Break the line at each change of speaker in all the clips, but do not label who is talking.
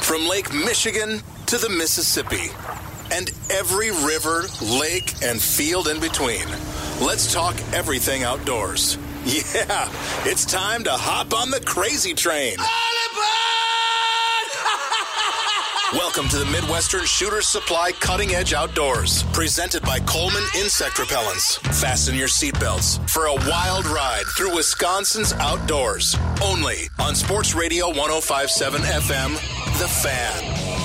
From Lake Michigan to the Mississippi and every river, lake, and field in between. Let's talk everything outdoors. Yeah, it's time to hop on the crazy train. Welcome to the Midwestern Shooter Supply Cutting Edge Outdoors, presented by Coleman Insect Repellents. Fasten your seatbelts for a wild ride through Wisconsin's outdoors, only on Sports Radio 1057 FM, The Fan.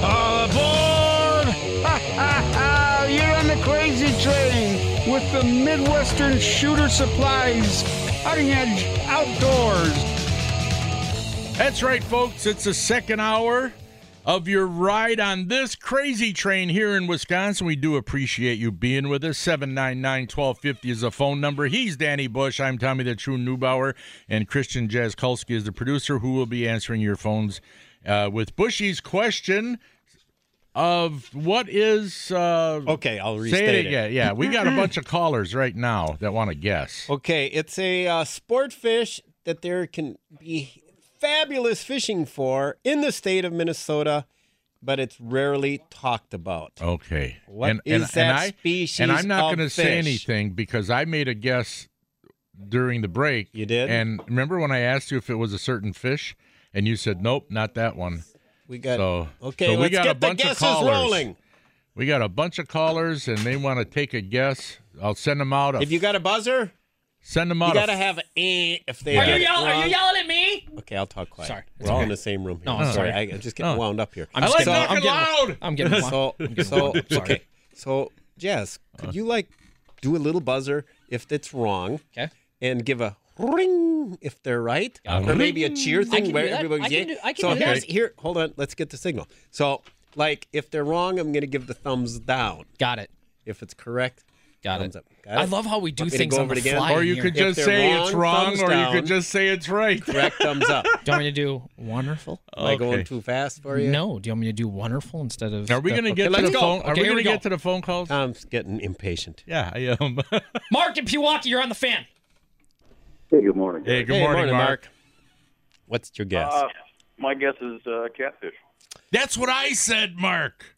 All aboard! You're on the crazy train with the Midwestern Shooter Supplies Cutting Edge Outdoors.
That's right, folks. It's the second hour of your ride on this crazy train here in Wisconsin. We do appreciate you being with us. 799 1250 is the phone number. He's Danny Bush. I'm Tommy the True Neubauer. And Christian Jaskulski is the producer who will be answering your phones uh, with Bushy's question of what is. Uh,
Okay, I'll restate
Say it
it.
again. Yeah, we got a bunch of callers right now that want to guess.
Okay, it's a uh, sport fish that there can be fabulous fishing for in the state of Minnesota, but it's rarely talked about.
Okay.
What
and,
is
and,
that
and I,
species
And I'm not
of
gonna say
fish?
anything because I made a guess during the break.
You did?
And remember when I asked you if it was a certain fish, and you said nope, not that one.
We got
So-
okay.
so we
let's
got a
get
bunch
the
of
guesses
callers.
rolling.
We got a bunch of callers, and they want to take a guess. I'll send them out. A,
If you got a buzzer,
send them
you
out. a-
gotta have an eh if they.
Are
get
you
it
yell- are
wrong.
you yelling at me?
Okay, I'll talk quiet.
Sorry.
we're all in the same room. Here.
No, I'm
sorry.
sorry.
I just getting
No.
wound up here.
I
just
like
kidding.
talking loud.
I'm getting one.
So, so okay. So, Jazz, could you like do a little buzzer if it's wrong?
Okay.
And give a ring if they're right, or maybe a cheer
I
thing
can
where
do that.
everybody's
I can
yeah.
do- I can
so
do that.
here's here. Hold on. Let's get the signal. So, like, if they're wrong, I'm gonna give the thumbs down.
Got it.
If it's correct,
Got
thumbs
it.
up. Got
I
it?
love how we do
Want me to
things
go
on
over
the
it again?
fly.
or you
here.
could
If
just
they're
say
wrong,
it's wrong,
thumbs
or you
down.
could just say it's right.
Correct thumbs up.
Do you want me to do wonderful?
Am I going
Okay.
too fast for you?
No. Do you want me to do wonderful instead of?
Are we gonna get to
let's
the
go.
phone? Are
Okay,
we
here
gonna
we
get to
go.
the phone calls?
Tom's getting impatient.
yeah, I am.
Mark and Pewaukee, you're on the fan.
Hey, good morning.
hey, good
Hey,
morning,
What's your guess?
Uh, my guess is uh, catfish.
That's what I said, Mark.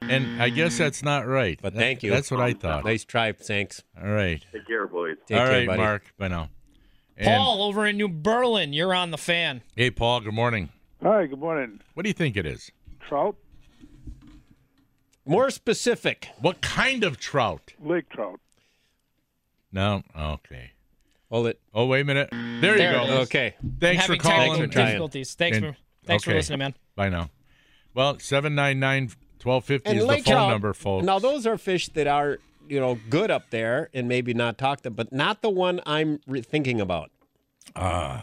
And I guess that's not right.
but
That-
thank you.
That's what I thought.
Nice try, Sanks.
All right.
Take care, boys.
Take
All
care,
right,
buddy.
Mark. By now. And-
Paul over in New Berlin, you're on the fan.
Hey, Paul. Good morning.
Hi, good morning.
What do you think it is?
Trout,
More specific.
What kind of trout?
lake trout.
No. Okay.
Well, it.
Oh, wait a minute. There,
There
you
it
go.
is.
Okay.
I'm
Thanks for
having
calling.
technical
Thanks for trying.
difficulties. Thanks
And-
for thanks for
okay.
listening, man.
By now. Well, 799 1250 is the phone number, folks.
Now those are fish that are you know good up there and maybe not talked about, but not the one I'm re- thinking about.
Uh,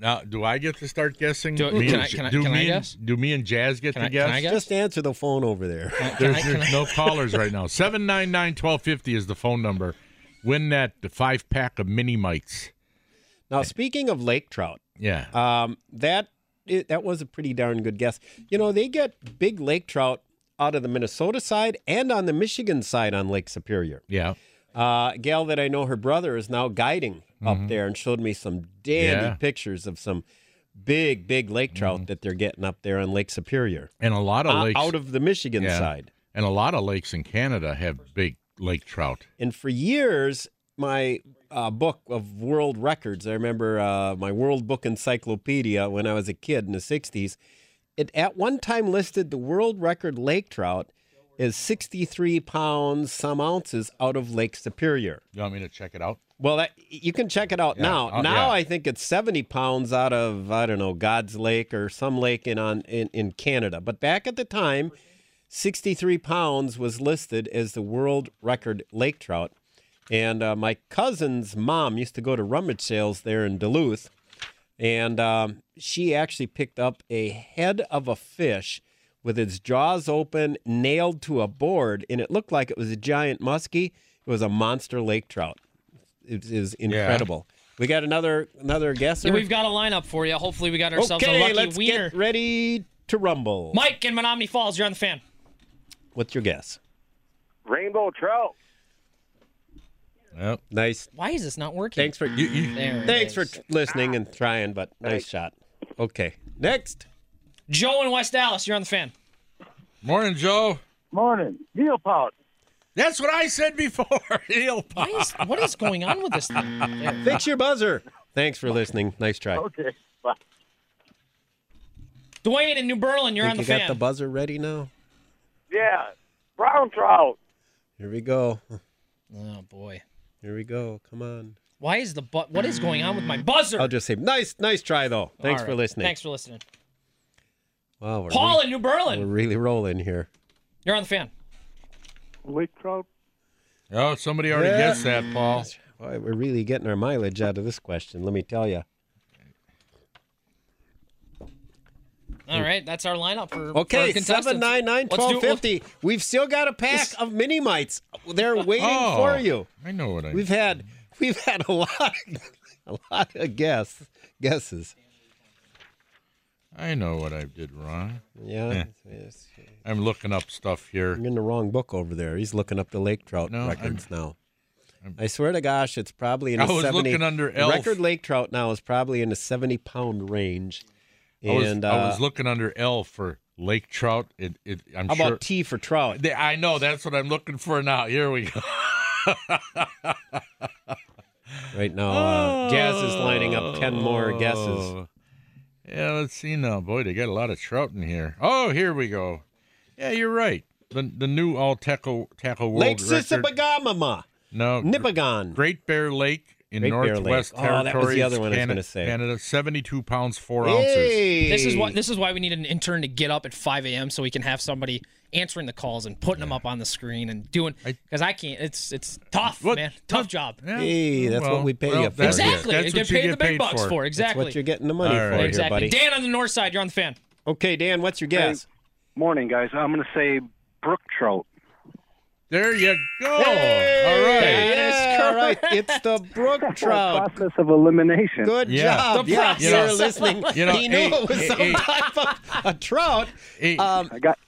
Now, do I get to start guessing?
Do-
me
can
and
I-
J-
can I-
do
can I
me and-
guess?
do me and Jazz get
Can
to
I- can I guess?
Just answer the phone over there.
Can
There's,
I- can I-
there's no callers right now. 799 1250 is the phone number. Win that five pack of mini mites.
Now speaking of lake trout,
Yeah.
um, that it, that was a pretty darn good guess. You know they get big lake trout out of the Minnesota side and on the Michigan side on Lake Superior.
yeah.
Uh, a gal that I know, her brother is now guiding up there and showed me some dandy
Mm-hmm. Yeah.
pictures of some big, big lake trout that they're getting up there on Lake Superior,
Mm-hmm. And a lot of
o-
lakes
out of the Michigan
Yeah.
side.
and a lot of lakes in Canada have big lake trout.
And for years, my uh, book of world records, I remember uh, my World Book Encyclopedia when I was a kid in the 60s, it at one time listed the world record lake trout as 63 pounds, some ounces out of Lake Superior.
You want me to check it out?
Well, that, you can check it out
Yeah,
now.
uh,
now
yeah.
I think it's seventy pounds out of I don't know God's Lake or some lake in on in, in Canada. But back at the time, sixty three pounds was listed as the world record lake trout. And uh, my cousin's mom used to go to rummage sales there in Duluth, And um, she actually picked up a head of a fish with its jaws open, nailed to a board, and it looked like it was a giant muskie. It was a monster lake trout. It is incredible. We got another another guesser.
Yeah, we've got a lineup for you. Hopefully, we got ourselves
okay,
a lucky
let's
wiener.
get ready to rumble.
Mike in Menominee Falls, you're on the fan.
What's your guess?
Rainbow trout.
Yep.
Nice.
Why is this not working?
Thanks for
There it
thanks for
is.
t- listening and trying, but nice shot. Okay, next.
Joe in West Dallas, you're on the fan.
Morning, Joe.
Morning. Neopod.
That's what I said before. Eel
Why
pop.
is, what is going on with this thing? There.
Fix your buzzer. Thanks for listening. Nice try.
Oh,
Okay. Bye.
Dwayne in New Berlin, you're
Think
on the
you
fan.
got the buzzer ready now.
Yeah. Brown trout.
Here we go.
oh boy,
Here we go. Come on.
why is the but? What is going on with my buzzer?
I'll just say nice, nice try though. Thanks
All
for
right.
listening.
Thanks for listening.
Wow, we're,
Paul
re-
in New
we're
Berlin,
really rolling here.
you're on the fan.
Lake trout.
Oh, somebody already
Yeah.
guessed that, Paul.
Boy, we're really getting our mileage out of this question. Let me tell you.
All right, that's our lineup for
Okay,
for contestants.
seven nine nine
Let's do-
twelve fifty. We've still got a pack of mini mites. They're waiting
Oh,
for you.
I know what I.
We've had we've had a lot a lot of guess guesses.
I know Eh. what I did wrong.
Yeah, yes.
I'm looking up stuff here.
you're in the wrong book over there. He's looking up the lake trout
No,
records now. i swear to gosh, it's probably in
I
the
was
70
looking under
the
elf.
record lake trout now is probably in the 70 pound range.
I was,
and
I was
uh,
looking under L for lake trout. It, it, I'm
how
sure.
about T for trout?
They- I know that's what I'm looking for now. Here we go.
Right now, uh, Jazz is lining up 10 more guesses.
Oh. Yeah, let's see now. Boy, they got a lot of trout in here. Oh, here we go. Yeah, you're right. The the new all tackle tackle world
Lake
record.
Sissipagamama,
no, Gr-
Nipigon.
Great Bear Lake in
Great Bear Lake.
Northwest
Oh, that was
Territories.
the other one I was
Canada,
gonna say.
Canada, 72 pounds four ounces.
Hey.
This is what this is why we need an intern to get up at 5 a.m. so we can have somebody answering the calls and putting them up on the screen and doing because I can't. It's it's tough,
What-
man. Tough job.
Yeah,
Hey, that's what we pay
well,
you for.
that's it.
Exactly.
That's
they
what you
paid
get
the big
paid
bucks for.
for.
That's
Exactly.
what you're getting the money
All
for
right.
here,
exactly.
buddy.
Dan on the north side, you're on the fan.
Okay, Dan, what's your guess?
Morning, guys. I'm going to say brook trout.
There you go. All right.
Yeah, all right. It's the brook trout.
Process of elimination.
Good
Yeah.
job.
The
yeah,
process
you're
of
listening.
You know,
he knew
hey,
it was
hey,
some
hey.
type of a trout.
Hey,
Um,
I got.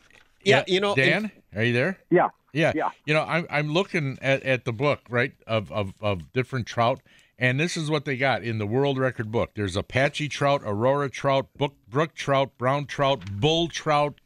yeah, you know,
Dan,
if-
are you there?
Yeah.
Yeah.
Yeah.
You know, I'm I'm looking at, at the book, right, of, of of different trout, and this is what they got in the world record book. There's Apache trout, Aurora trout, book, brook trout, brown trout, bull trout,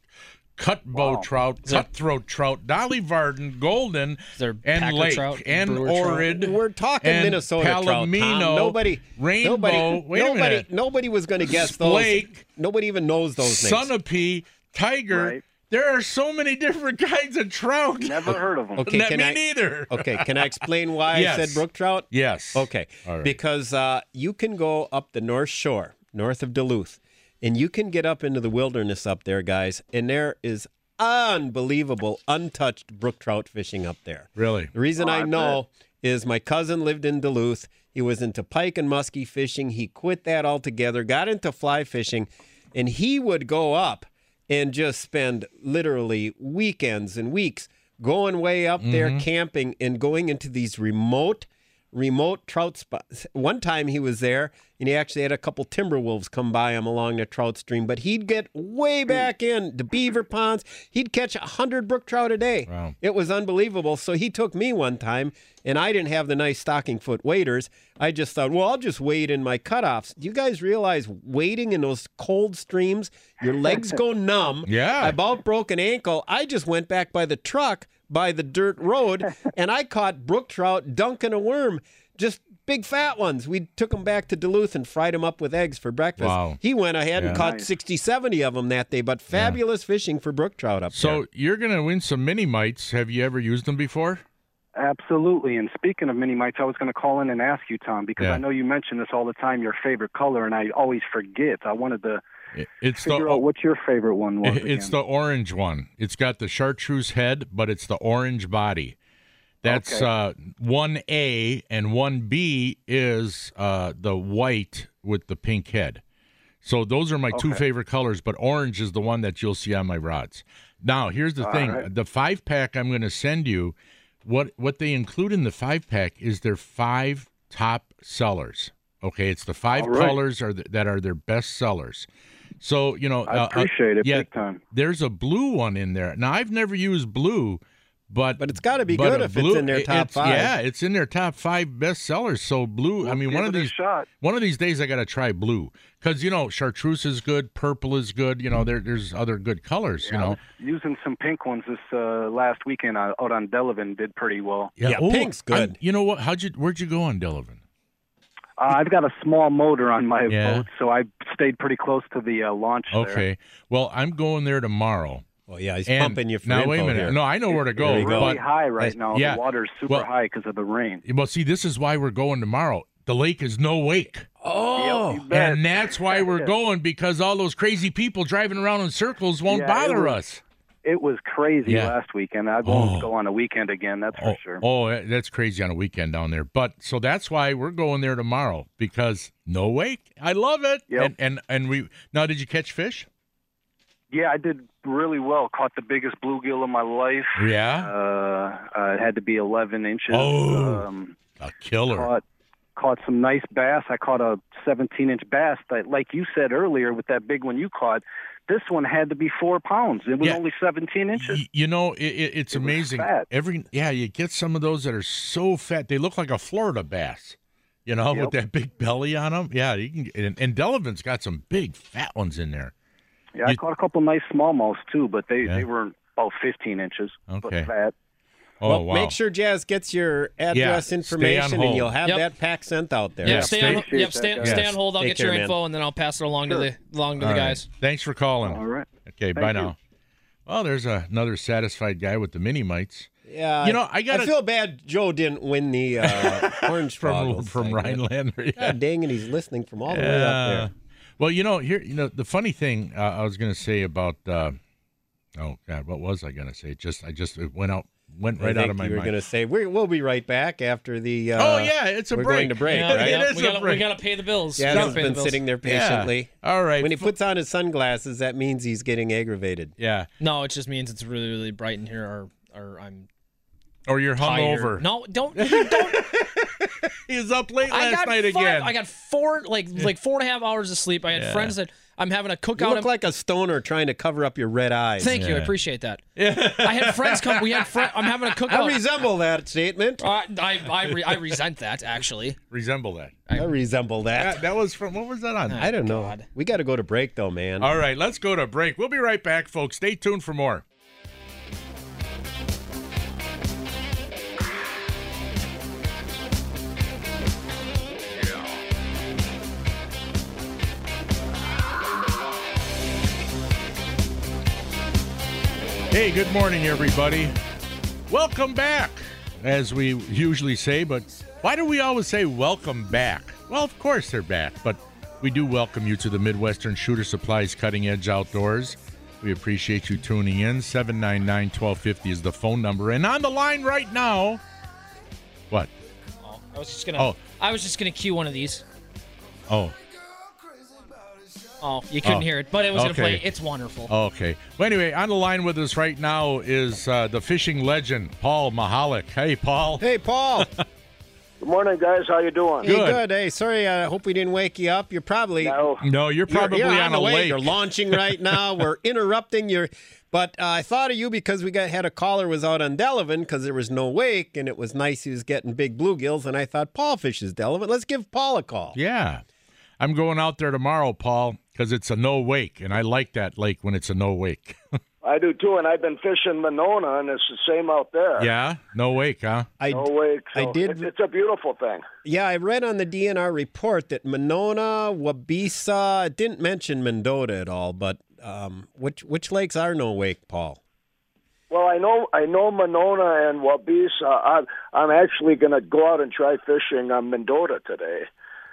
cutbow trout, cutthroat trout, Dolly Varden, golden,
there
and
Packer
lake,
trout,
and
Brewer trout?
orid.
we're talking
and
Minnesota trout. Tom.
Palomino,
Nobody,
rainbow.
nobody,
wait
nobody,
a minute.
nobody was going to guess those.
Splake.
Nobody even knows those names.
Sunapee, tiger.
Right.
There are so many different kinds of trout.
Never heard of them.
okay,
Not
can
me
I,
neither.
Okay, can I explain why
Yes.
I said brook trout?
Yes.
Okay.
All right.
Because uh, you can go up the North Shore, north of Duluth, and you can get up into the wilderness up there, guys, and there is unbelievable untouched brook trout fishing up there.
Really?
The reason I
I
know is my cousin lived in Duluth. He was into pike and muskie fishing. He quit that altogether, got into fly fishing, and he would go up and just spend literally weekends and weeks going way up there camping and going into these remote remote trout spots. One time he was there and he actually had a couple timber wolves come by him along the trout stream, but he'd get way
Hmm.
back in the beaver ponds. He'd catch a hundred brook trout a day.
Wow.
It was unbelievable. So he took me one time and I didn't have the nice stocking foot waders. I just thought, well, I'll just wade in my cutoffs. Do you guys realize wading in those cold streams, your legs go numb.
Yeah.
I about broke an ankle. I just went back by the truck by the dirt road and I caught brook trout dunking a worm, just big fat ones. We took them back to Duluth and fried them up with eggs for breakfast.
Wow.
He went ahead
Yeah.
and caught sixty, seventy 60, 70 of them that day, but fabulous fishing for brook trout up
So
there.
you're gonna win some mini mites. Have you ever used them before?
Absolutely. And speaking of mini mites, I was going to call in and ask you, Tom, because
Yeah.
I know you mention this all the time, your favorite color, and I always forget. I wanted to
I- It's the
figure out what your favorite one was.
i- it's
again.
the orange one. It's got the chartreuse head, but it's the orange body. That's
Okay.
uh, one A and one B is uh, the white with the pink head. So those are my two
Okay.
favorite colors, but orange is the one that you'll see on my rods. Now, here's the
All
thing:
right.
the five pack I'm going to send you, what what they include in the five pack is their five top sellers. Okay, it's the five
All right.
colors are th- that are their best sellers. So you know,
I
uh, uh,
appreciate it
yeah,
big time.
There's a blue one in there. Now I've never used blue, but
But it's got to be
but
good
a
if
blue-
it's in their
it-
top
it's-
five.
Yeah, it's in their top five best sellers. So blue. I
We'll
mean,
give
one of
it a
these
shot.
one of these days I got to try blue because you know chartreuse is good, purple is good. You know there there's other good colors.
Yeah,
you
I
know.
was using some pink ones this uh, last weekend uh, out on Delavan did pretty well.
Yeah,
ooh,
pink's
I'm-
good.
you know what? How'd you where'd you go on Delavan?
Uh, I've got a small motor on my
Yeah.
boat, so I stayed pretty close to the uh, launch there.
Okay. Well, I'm going there tomorrow.
Well, yeah, he's
and
pumping you for
now
info
wait a minute.
here.
No, I know where to go.
There you go.
Really
but-
high right
Yes.
now.
Yeah.
The water's super
Well-
high because of the rain.
well, see, this is why we're going tomorrow. The lake is no wake.
Oh,
Yep, you bet.
And that's why we're going because all those crazy people driving around in circles won't
Yeah, it
bother
was-
us.
It was crazy
Yeah.
last weekend. I won't
Oh.
go on a weekend again. That's
Oh,
for sure.
oh, eh, that's crazy on a weekend down there. But so that's why we're going there tomorrow because no wake. I love it.
Yep.
And, and and we now did you catch fish?
Yeah, I did really well. Caught the biggest bluegill of my life.
Yeah.
Uh, uh, it had to be 11 inches.
Oh.
Um,
a killer.
caught caught some nice bass. I caught a 17 inch bass that, like you said earlier, with that big one you caught. This one had to be four pounds. It was
Yeah.
only 17 inches.
Y- you know, it, it, it's
It was
amazing.
fat.
Every yeah, you get some of those that are so fat they look like a Florida bass. You know, with
Yep.
that big belly on them. Yeah, you can. get- And, and Delavan's got some big fat ones in there.
Yeah, I
You-
caught a couple nice smallmouths too, but they
Yeah.
they were about 15 inches.
Okay.
But fat.
Oh
well,
wow.
make sure Jazz gets your address
stay on
information, and
hold.
you'll have
Yep.
that pack sent out there.
Yep, stay, on,
appreciate
yep,
that,
stay,
guys.
stay
Yes.
on hold. I'll
Take
get your
care, man.
info and then I'll pass it along
Sure.
to the along to
All
the
right.
guys.
Thanks for calling.
All right.
Okay,
Thank
bye
you.
now. Well, there's a, another satisfied guy with the mini mites.
Yeah,
You know, I gotta-
I feel bad. Joe didn't win the uh, orange
from
Boggles
from
segment.
Rhinelander. Yeah.
God dang it, he's listening from all the way up
Uh,
there.
Well, you know, here, you know, the funny thing uh, I was going to say about, uh, oh God, what was I going to say? Just, I just it went out, went right
I
out
think
of my
you were
mind.
going to say we're, we'll be right back after the. Uh,
oh yeah, it's a
we're
break.
going to break,
Yeah,
right?
It
yeah,
is
we,
a
gotta, we
break.
gotta pay the bills. We
Yeah,
gotta
has
pay the
been
bills.
sitting there
Yeah.
patiently.
All right.
When he puts on his sunglasses, that means he's getting aggravated.
yeah.
No, it just means it's really really bright in here, or or I'm
Or you're
tired.
hungover.
No, don't you don't.
He was up late
I
last
got
night
five,
again.
I got four like like four and a half hours of sleep. I had friends that I'm having a
You
cookout.
look
I'm-
like a stoner trying to cover up your red eyes.
Thank you, I
Yeah.
appreciate that. I had friends come. We had friends. I'm having a
I
cookout.
resemble that statement.
Uh, I I, re- I resent that actually.
Resemble that.
I resemble that.
that. That was from what was that on?
I don't know.
God.
We got to go to break though, man.
All right, let's go to break. We'll be right back, folks. Stay tuned for more. Hey, good morning, everybody. Welcome back, as we usually say, but why do we always say welcome back? Well, of course they're back, but we do welcome you to the Midwestern Shooter Supplies Cutting Edge Outdoors. We appreciate you tuning in. 799 1250 is the phone number. And on the line right now, what?
Oh, I was just gonna.
Oh.
I was just gonna cue one of these.
Oh,
Oh, you couldn't
Oh.
hear it, but it was
Okay. Oh,
gonna play. It's wonderful.
okay. Well, anyway, on the line with us right now is uh, the fishing legend, Paul Mahalik. Hey, Paul.
Hey, Paul.
Good morning, guys. How you doing?
Hey,
Good.
good. Hey, sorry. uh, I hope we didn't wake you up. You're probably
No,
No, you're
you're-
probably
you're
on,
the
a
way.
lake.
You're launching right now. We're interrupting your. But uh, I thought of you because we got had a caller was out on Delavan because there was no wake and it was nice he was getting big bluegills and I thought Paul fishes Delavan. Let's give Paul a call.
Yeah. I'm going out there tomorrow, Paul, because it's a no wake, and I like that lake when it's a no wake.
I do too, and I've been fishing Monona, and it's the same out there.
yeah, no wake, huh?
I
No wake.
I
so
did-
It's, it's a beautiful thing.
yeah I read on the DNR report that Monona, Wabisa, it didn't mention Mendota at all. But um, which which lakes are no wake, Paul?
Well, I know, I know Monona and Wabisa. I'm, I'm actually going to go out and try fishing on Mendota today,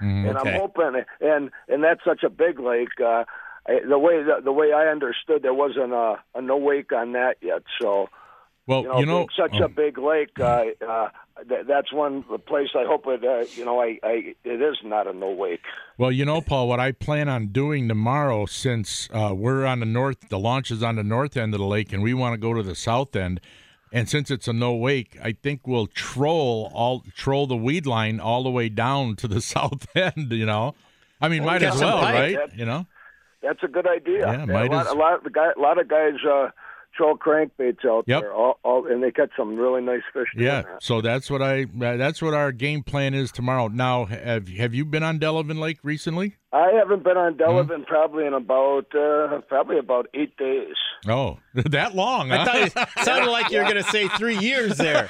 and
Mm, okay.
I'm hoping. And and that's such a big lake. Uh, I, the way the, the way I understood, there wasn't a, a no wake on that yet. So
Well,
you know,
you know-
being such a
um,
big lake. Uh, uh, th- that's one place I hope it. Uh, you know, I, I it is not a no wake.
Well, you know, Paul, what I plan on doing tomorrow, since uh, we're on the north, the launch is on the north end of the lake, and we want to go to the south end, and since it's a no wake, I think we'll troll all troll the weed line all the way down to the south end. You know, I mean,
Well,
might
yeah,
as well,
right.
right?
That-
You know,
That's a good idea.
Yeah, might
a lot,
as-
a lot, of guy, a lot of guys uh, troll crankbaits out
Yep.
there, all, all, and they catch some really nice fish. doing
yeah.
that.
So that's what I uh, that's what our game plan is tomorrow. Now, have have you been on Delavan Lake recently?
I haven't been on
Mm-hmm.
Delavan probably in about uh, probably about eight days.
Oh, that long?
I
huh?
thought it sounded like you were going to say three years there.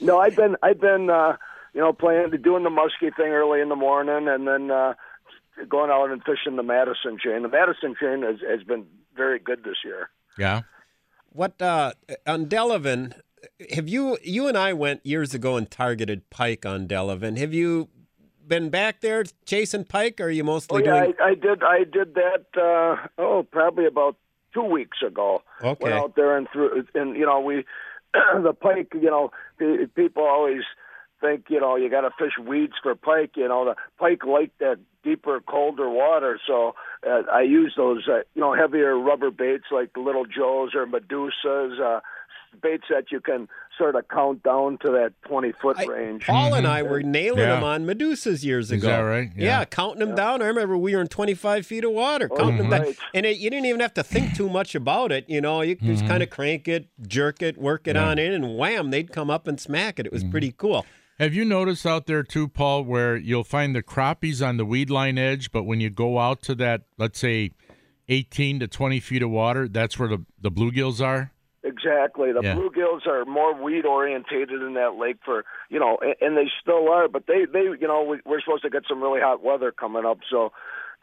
No, I've been I've been uh, you know playing doing the muskie thing early in the morning, and then uh, going out and fishing the Madison chain. The Madison chain has, has been very good this year.
yeah.
What uh, on Delavan? Have you you and I went years ago and targeted pike on Delavan? Have you been back there chasing pike? Or are you
Oh
mostly
yeah,
doing?
I, I did I did that uh, oh probably about two weeks ago.
Okay.
Went out there and threw and you know we the pike you know pe- people always think you know you got to fish weeds for pike you know the pike like that deeper colder water so uh, I use those uh, you know heavier rubber baits like the little joes or medusas. Uh, Baits that you can sort of count down to that twenty foot
I-
range.
Paul and I were nailing
Mm-hmm. Yeah.
them on Medusas years ago.
that right?
Yeah,
Yeah.
counting them down. I remember we were in 25 feet of water, counting them down.
Oh, right.
And it, you didn't even have to think too much about it. You know, you could just
Mm-hmm.
kind of crank it, jerk it, work it on in, and wham, they'd come up and smack it. It
Mm-hmm.
was pretty cool.
Have you noticed out there too, Paul, where you'll find the crappies on the weed line edge, but when you go out to that, let's say, 18 to 20 feet of water, that's where the, the bluegills are?
Exactly. The
Yeah.
bluegills are more weed orientated in that lake for you know, and, and they still are. But they they you know we, we're supposed to get some really hot weather coming up, so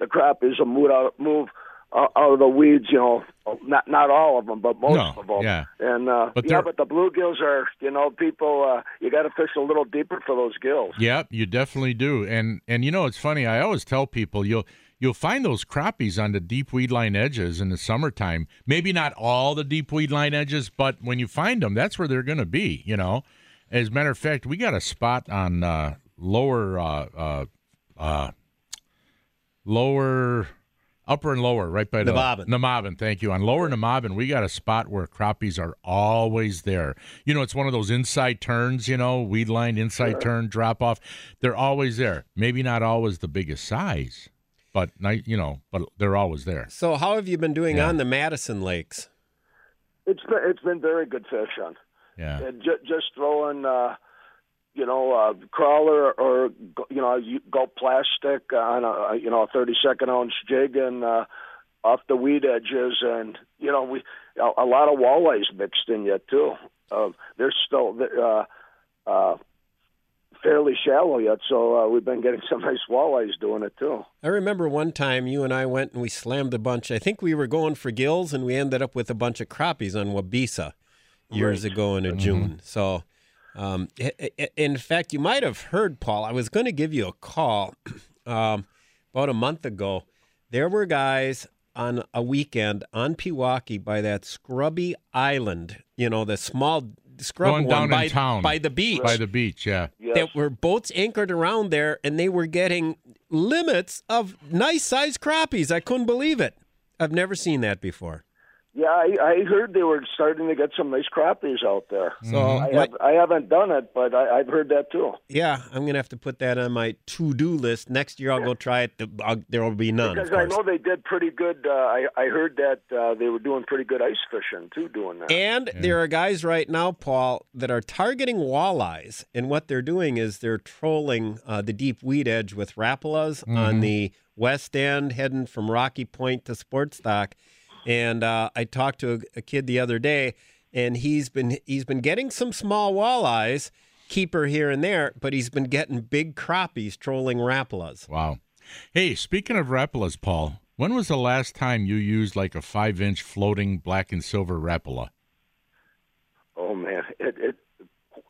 the crappies will move out move uh, out of the weeds. You know, not not all of them, but most
No,
of them.
yeah.
And uh,
But
yeah,
they're-
but the bluegills are you know people uh, you got to fish a little deeper for those gills.
Yep, you definitely do. And and you know, it's funny. I always tell people you'll you'll find those crappies on the deep weed line edges in the summertime. Maybe not all the deep weed line edges, but when you find them, that's where they're going to be. You know, as a matter of fact, we got a spot on uh, lower uh, uh, uh, lower. Upper and lower, right by the
Namabin.
Namabin, thank you. On lower Namabin, we got a spot where crappies are always there. You know, it's one of those inside turns, you know, weed line, inside turn, drop off. They're always there. Maybe not always the biggest size, but, ni- you know, but they're always there.
So, how have you been doing on the Madison Lakes?
It's been it's been very good fishing.
Yeah.
and ju- just throwing, uh, you know, a crawler or you know, you go plastic on a you know a thirty second ounce jig and uh, off the weed edges, and you know we a, a lot of walleyes mixed in yet too. Um, they're still uh, uh, fairly shallow yet, so uh, we've been getting some nice walleyes doing it too.
I remember one time you and I went and we slammed a bunch. I think we were going for gills and we ended up with a bunch of crappies on Wabisa years ago in a
Mm-hmm.
June. So, um, i- i- in fact, you might have heard, Paul, I was going to give you a call um, about a month ago. There were guys on a weekend on Pewaukee by that scrubby island, you know, the small scrub
Going
one
down in
by,
town.
by the beach
By the beach, yeah.
Yes.
that were boats anchored around there and they were getting limits of nice sized crappies. I couldn't believe it. I've never seen that before.
Yeah, I, I heard they were starting to get some nice crappies out there.
So
I,
like,
have, I haven't done it, but I, I've heard that too.
yeah, I'm gonna have to put that on my to do list. Next year I'll go try it. The- I'll, there will be none. Of
Because I
course.
know they did pretty good. Uh, I I heard that uh, they were doing pretty good ice fishing too, doing that.
And there are guys right now, Paul, that are targeting walleyes, and what they're doing is they're trolling uh, the deep weed edge with rapalas on the west end, heading from Rocky Point to Sportstock. And uh, I talked to a, a kid the other day, and he's been he's been getting some small walleyes, keeper here and there, but he's been getting big crappies trolling rapalas.
Wow. Hey, speaking of Rapalas, Paul, when was the last time you used like a five inch floating black and silver Rapala?
oh man, it it,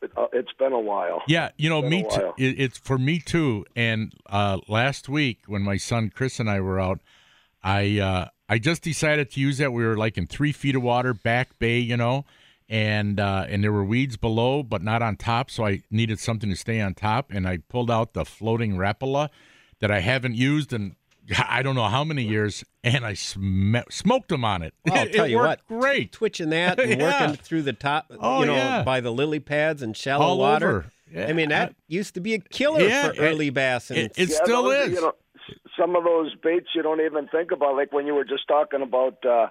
it uh, it's been a while.
Yeah, you know,
been
me
a
too.
while.
It, it's for me too. And uh, last week when my son Chris and I were out, I uh, I just decided to use that. We were like in three feet of water, back bay, you know, and uh, and there were weeds below, but not on top. So I needed something to stay on top, and I pulled out the floating Rapala that I haven't used in I don't know how many years, and I sm- smoked them on it.
Well, Oh, I'll
It
tell you
worked
what,
great.
twitching that and
Yeah.
working through the top,
Oh,
you know,
yeah.
by the lily pads and shallow
All
water.
over. Yeah.
I mean, that used to be a killer
Yeah,
for early bass. And
It, it
Yeah,
still
those are,
is.
You know, s- some of those baits you don't even think about, like when you were just talking about uh,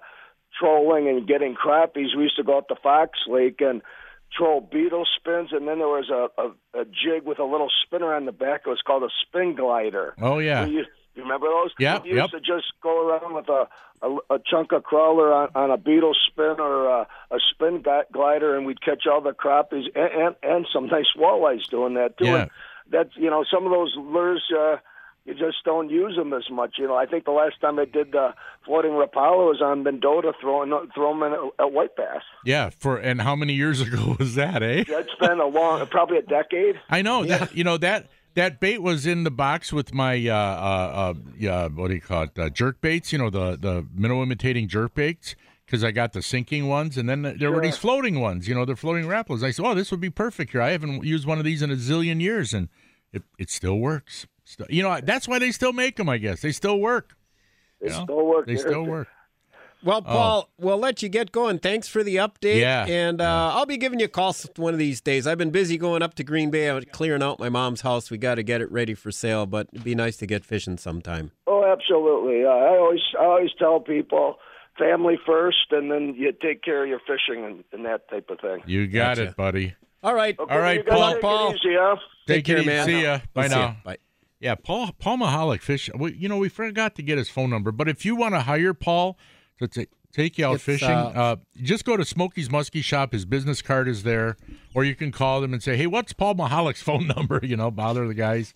trolling and getting crappies. We used to go up to Fox Lake and troll beetle spins, and then there was a, a, a jig with a little spinner on the back. It was called a spin glider.
oh yeah.
We used, you remember those?
Yep,
We used
yep.
to just go around with a, a, a chunk of crawler on, on a beetle spin or a, a spin gui- glider, and we'd catch all the crappies and, and, and some nice walleyes doing that too.
Yeah.
And That's you know some of those lures. Uh, you just don't use them as much, you know. I think the last time I did the floating Rapala was on Mendota throwing throwing them at white bass.
Yeah, for and how many years ago was that, eh?
That's been a long, probably a decade.
I know that you know that that bait was in the box with my uh uh, uh uh, what do you call it? Uh, jerk baits, you know, the the minnow imitating jerk baits because I got the sinking ones and then there were these floating ones, you know, they're floating rappels. I said, "Oh, this would be perfect here. I haven't used one of these in a zillion years and it it still works." Still, you know, that's why they still make them, I guess. They still work.
They
Yeah.
still work.
They
They're-
still work. Oh,
well, Oh, Paul, we'll let you get going. Thanks for the update.
Yeah,
And uh, I'll be giving you a call s- one of these days. I've been busy going up to Green Bay, I'm clearing out my mom's house. We got to get it ready for sale, but it'd be nice to get fishing sometime.
Oh, absolutely. Uh, I always I always tell people family first, and then you take care of your fishing and, and that type of thing.
You got
Gotcha.
it, buddy.
All right.
Okay,
All right,
you guys
Paul.
take it
Paul.
easy, huh?
Take, it
care,
easy.
man.
See ya. Bye
We'll see
now.
ya. Bye.
Yeah, Paul Paul Mahalik fish. We, you know, we forgot to get his phone number, but if you want to hire Paul to ta- take you out
It's,
fishing,
uh,
uh, just go to Smokey's Muskie Shop. His business card is there, or you can call them and say, "Hey, what's Paul Mahalik's phone number?" You know, bother the guys.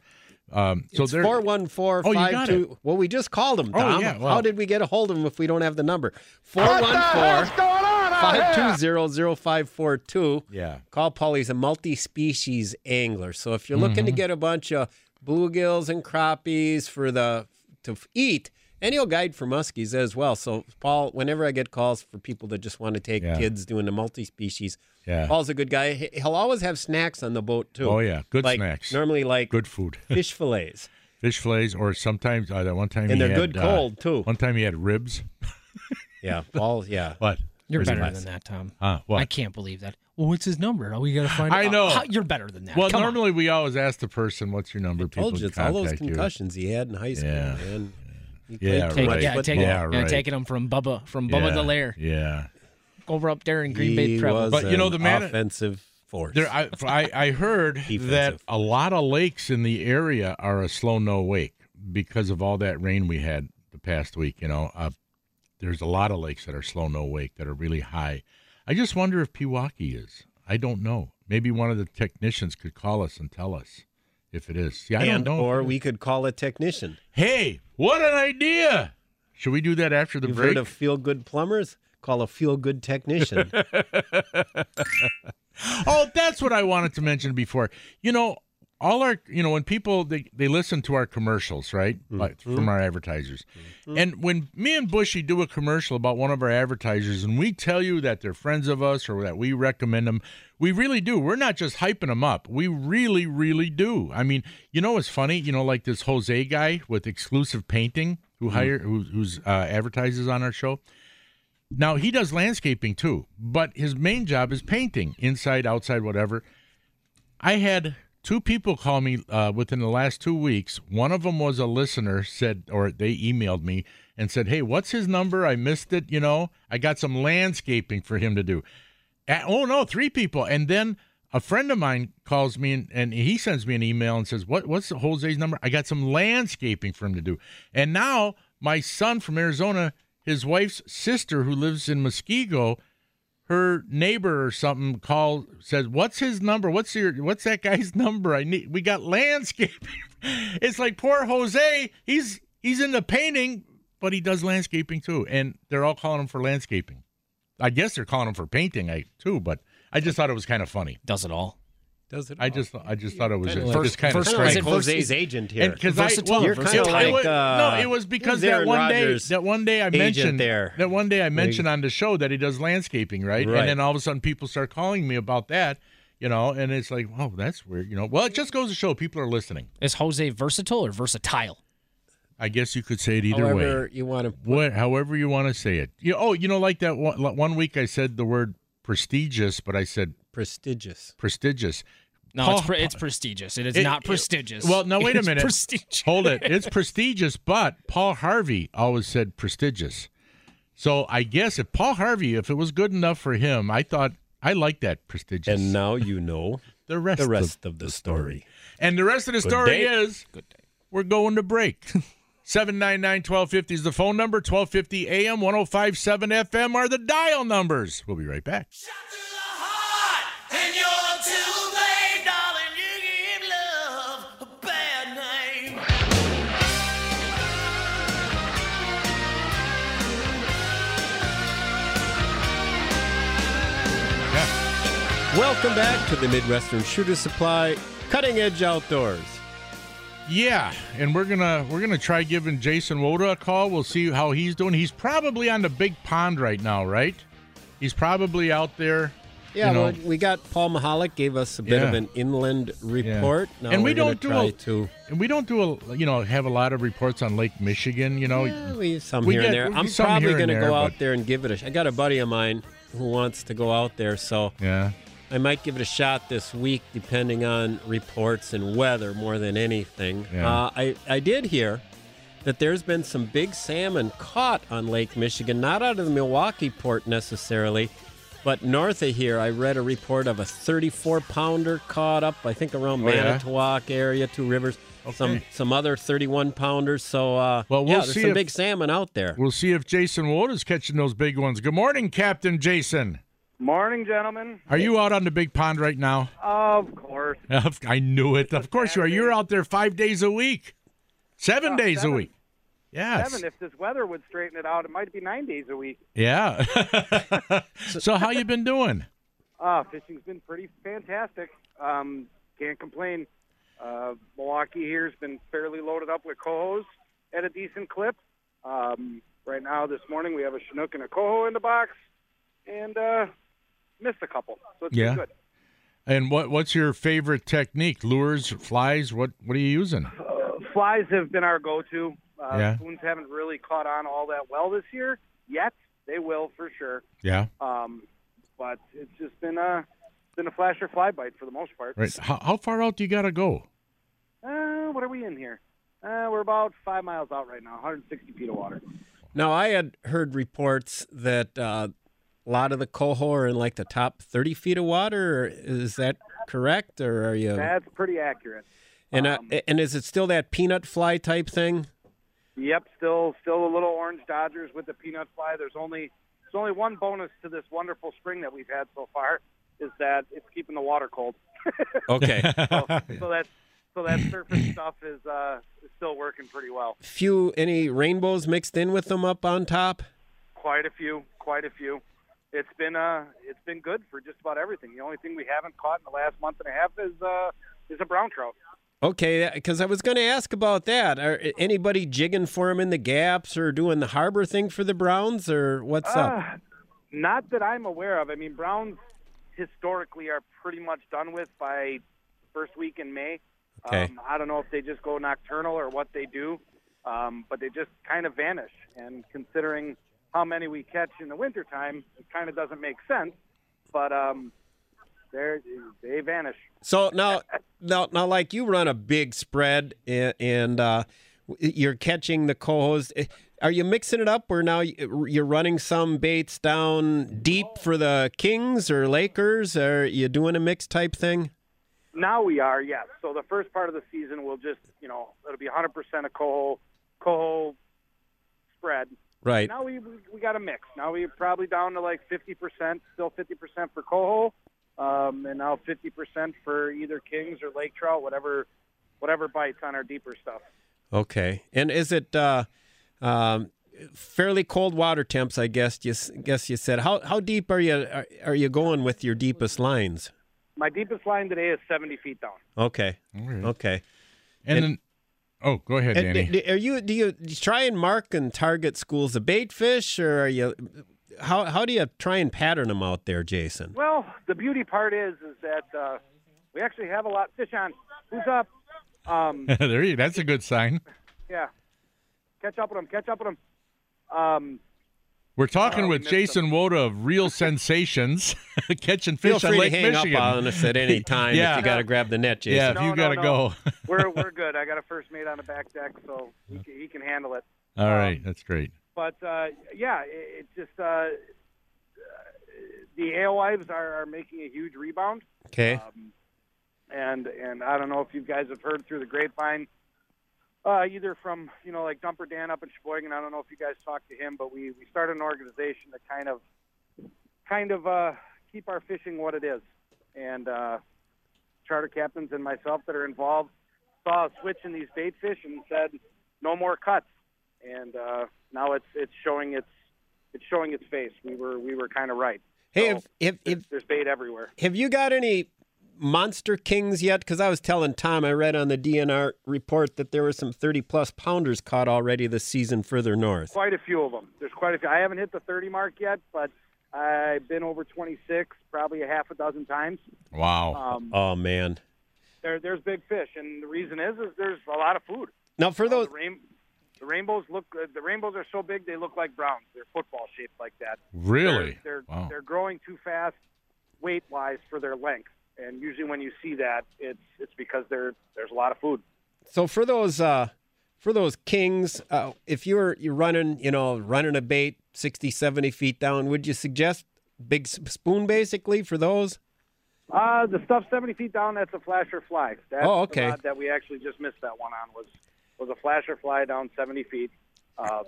Um, so
it's
they're
414
Oh, you got it.
Well, we just called him,
Oh,
Tom.
yeah, well-
How did we get a hold of him if we don't have the number?
What's
414
going on out here?
5200542.
Yeah.
Call Paul. He's a multi species angler. So if you're looking to
Mm-hmm.
get a bunch of bluegills and crappies for the to f- eat, and he'll guide for muskies as well. So Paul, whenever I get calls for people that just want to take
Yeah.
kids doing the multi species,
Yeah.
Paul's a good guy. He- He'll always have snacks on the boat too.
Oh, yeah. Good
Like,
snacks.
Normally like
good food,
fish fillets.
fish fillets, or sometimes uh, that one time
And
he
they're
had,
good
uh,
cold, too.
One time he had ribs,
Yeah, Paul. Yeah,
but
You're better
less.
than that, Tom.
Huh, what?
I can't believe that. Well, what's his number? Oh, we gotta find.
I
out.
know.
How- you're better than that.
well,
Come on.
normally we always ask the person, "What's your number?" People
told you it's all those
contact you.
concussions he had in high school.
Yeah.
man. He played
Yeah,
too
Take,
much
right.
yeah,
football.
take,
Yeah,
yeah, yeah,
right.
taking him from Bubba, from
Yeah,
Bubba the Lair,
Yeah.
over up there in Green Bay
He
Travel.
was
But, you know,
an
the man-
offensive force.
There, I, I, I heard that
Defensive.
a lot of lakes in the area are a slow no wake because of all that rain we had the past week. You know, uh, there's a lot of lakes that are slow no wake that are really high. I just wonder if Pewaukee is. I don't know. Maybe one of the technicians could call us and tell us if it is. See, I
and
don't know.
or we could call a technician.
hey, what an idea! Should we do that after the
You've
break?
heard of feel good plumbers? Call a feel good technician.
oh, that's what I wanted to mention before. You know, all our, you know, when people they, they listen to our commercials, right, Like, from our advertisers, and when me and Bushy do a commercial about one of our advertisers, and we tell you that they're friends of us or that we recommend them, we really do. We're not just hyping them up. We really, really do. I mean, you know, it's funny. You know, like this Jose guy with exclusive painting who hire who, who's uh, advertises on our show. Now he does landscaping too, but his main job is painting inside, outside, whatever. I had two people call me uh, within the last two weeks. One of them was a listener, said, or they emailed me and said, "Hey, what's his number? I missed it. You know, I got some landscaping for him to do." Uh, oh no, three people, and then a friend of mine calls me and, and he sends me an email and says, "What what's Jose's number? I got some landscaping for him to do." And now my son from Arizona, his wife's sister who lives in Muskego, her neighbor or something called says, "What's his number? What's your what's that guy's number? I need. We got landscaping. it's like poor Jose. He's he's into painting, but he does landscaping too, and they're all calling him for landscaping. I guess they're calling him for painting I, too, but I just thought it was kind of funny.
does it all.
does it.
I just I just thought it was a,
Kinda like-
just kind
First-
of
is it Jose's versus- agent here.
Because I
Versatile.
well,
You're
it,
kinda
it
like,
was,
uh,
no, it was because
he's
that
Aaron
one
Rodgers'
day that one day I
agent
mentioned
there.
that one day I mentioned
Maybe.
on the show that he does landscaping, right?
Right.
And then all of a sudden people start calling me about that, you know, and it's like, oh, that's weird, you know. Well, it just goes to show people are listening.
Is Jose versatile or versatile?
I guess you could say it either way.
However, you want to.
What, however you want to say it. You, oh, you know, like that one, one week I said the word prestigious, but I said
Prestigious.
prestigious.
No,
Paul-
it's, pre- it's prestigious. It is
It-
not
it-
prestigious.
well, now wait a
It's
minute.
Prestigious.
Hold it. It's prestigious, but Paul Harvey always said prestigious. So I guess if Paul Harvey, if it was good enough for him, I thought I like that prestigious.
And now you know
the rest,
the
of-
rest of the story.
and the rest of the story
day.
is we're going to break. 799-1250 is the phone number. 1250 AM, 1057 FM are the dial numbers. We'll be right back.
Welcome back to the Midwestern Shooter Supply Cutting Edge Outdoors.
Yeah, and we're gonna we're gonna try giving Jason Woda a call. We'll see how he's doing. He's probably on the big pond right now, right? He's probably out there.
Yeah,
you know,
well, we got Paul Mahalik gave us a bit
Yeah.
of an inland
yeah.
report. Now
and we
we're gonna
don't do
try
a,
to.
and we don't do a you know have a lot of reports on Lake Michigan. You know,
Yeah, we some
we
here and
get-
there.
we
I'm
get some
probably
here and
going to
there,
go out
but-
there and give it a. sh- I got a buddy of mine who wants to go out there, so
yeah.
I might give it a shot this week, depending on reports and weather more than anything.
Yeah.
Uh, I I did hear that there's been some big salmon caught on Lake Michigan, not out of the Milwaukee port necessarily. But north of here, I read a report of a 34 pounder caught up, I think around
Oh, yeah?
Manitowoc area, Two Rivers, some
Okay.
some other 31 pounders. So, uh,
Well, we'll
yeah, there's
see
some
if-
big salmon out there.
We'll see if Jason Woda's catching those big ones. Good morning, Captain Jason.
Morning, gentlemen.
Are you out on the big pond right now?
Of course.
I knew it. Of course you are. You're out there five days a week, seven
Oh,
Yeah,
days
seven.
a week. Yes.
Seven, if this weather would straighten it out, it might be nine days a week.
Yeah. so how you been doing?
Uh, fishing's been pretty fantastic. Um, can't complain. Uh, Milwaukee here's been fairly loaded up with cohos at a decent clip. Um, right now, this morning, we have a Chinook and a coho in the box, and uh, missed a couple. So it's been
Yeah.
good.
And what what's your favorite technique? Lures, flies? What what are you using?
Uh, flies have been our go-to. Uh,
Yeah.
Spoons haven't really caught on all that well this year yet. They will for sure.
Yeah.
Um, but it's just been a been a flasher fly bite for the most part.
Right. How, how far out do you got to go?
Uh, what are we in here? Uh, we're about five miles out right now, 160 feet of water.
Now, I had heard reports that uh, a lot of the coho are in like the top 30 feet of water. Or is that correct? Or are you.
That's pretty accurate.
and, uh, and is it still that peanut fly type thing?
Yep, still still a little orange Dodgers with the peanut fly. There's only there's only one bonus to this wonderful spring that we've had so far is that it's keeping the water cold.
Okay.
So, so that so that surface stuff is uh, is still working pretty well.
Few, any rainbows mixed in with them up on top?
Quite a few, quite a few. It's been uh, it's been good for just about everything. The only thing we haven't caught in the last month and a half is uh, is a brown trout.
Okay, because I was going to ask about that. Are anybody jigging for them in the gaps or doing the harbor thing for the Browns or what's up?
Uh, Not that I'm aware of. I mean, Browns historically are pretty much done with by first week in May.
Okay.
Um, I don't know if they just go nocturnal or what they do, um, but they just kind of vanish. And considering how many we catch in the wintertime, it kind of doesn't make sense. But um, they're, they vanish.
So now, now, now, like you run a big spread and, and uh, you're catching the cohos. Are you mixing it up, or now you're running some baits down deep for the Kings or Lakers? Are you doing a mix type thing?
Now we are, yes. So the first part of the season will just, you know, it'll be 100% a coho, coho spread.
Right.
Now we we- we got a mix. Now we're probably down to like 50%, still 50% for coho, um, and now 50% for either kings or lake trout, whatever whatever bites on our deeper stuff.
Okay. And is it uh, um, fairly cold water temps? I guess you s- guess you said. How how deep are you are, are you going with your deepest lines?
my deepest line today is 70 feet down.
Okay. Okay.
And, then, oh, go ahead,
And
Danny.
d- d- are you do you, do you try and mark and target schools of bait fish, or are you how how do you try and pattern them out there, Jason?
Well, the beauty part is is that uh, we actually have a lot fish on. Who's up? Um,
there you. That's a good sign.
yeah, catch up with them. Catch up with them. Um,
We're talking
Oh, we
with
missed
Jason Woda of Real Sensations, catching
Feel
fish on
free to
Lake
hang
Michigan.
up on us at any time
Yeah.
if you got to grab the net, Jason.
Yeah, if you gotta go.
we're we're good. I got a first mate on the back deck, so he can, he can handle it.
All
Um,
right, that's great.
But uh, yeah, it, it's just uh, uh, the alewives are, are making a huge rebound.
Okay.
and and I don't know if you guys have heard through the grapevine, uh, either from you know like Dumper Dan up in Sheboygan. I don't know if you guys talked to him, but we we started an organization to kind of kind of uh, keep our fishing what it is, and uh, charter captains and myself that are involved saw a switch in these bait fish and said no more cuts, and uh, now it's it's showing its it's showing its face. We were we were kind of right.
hey, if, if, if
There's bait everywhere.
Have you got any monster kings yet? Because I was telling Tom, I read on the DNR report that there were some 30 plus pounders caught already this season further north.
Quite a few of them. There's quite a few. I haven't hit the 30 mark yet, but I've been over 26 probably a half a dozen times.
Wow.
Um,
Oh, man.
there, there's big fish, and the reason is, is there's a lot of food.
Now, for those,
The, rain, the rainbows look. Uh, the rainbows are so big they look like browns. They're football shaped like that.
Really?
They're they're,
wow.
they're growing too fast, weight wise, for their length. And usually, when you see that, it's it's because there there's a lot of food.
so for those, uh, for those kings, uh, if you're you're running, you know, running a bait 60, 70 feet down, would you suggest big s- spoon basically for those?
Uh, the stuff 70 feet down, that's a flasher fly. That's
Oh,
the
okay.
rod that we actually just missed that one on was was a flasher fly down 70 feet. Um,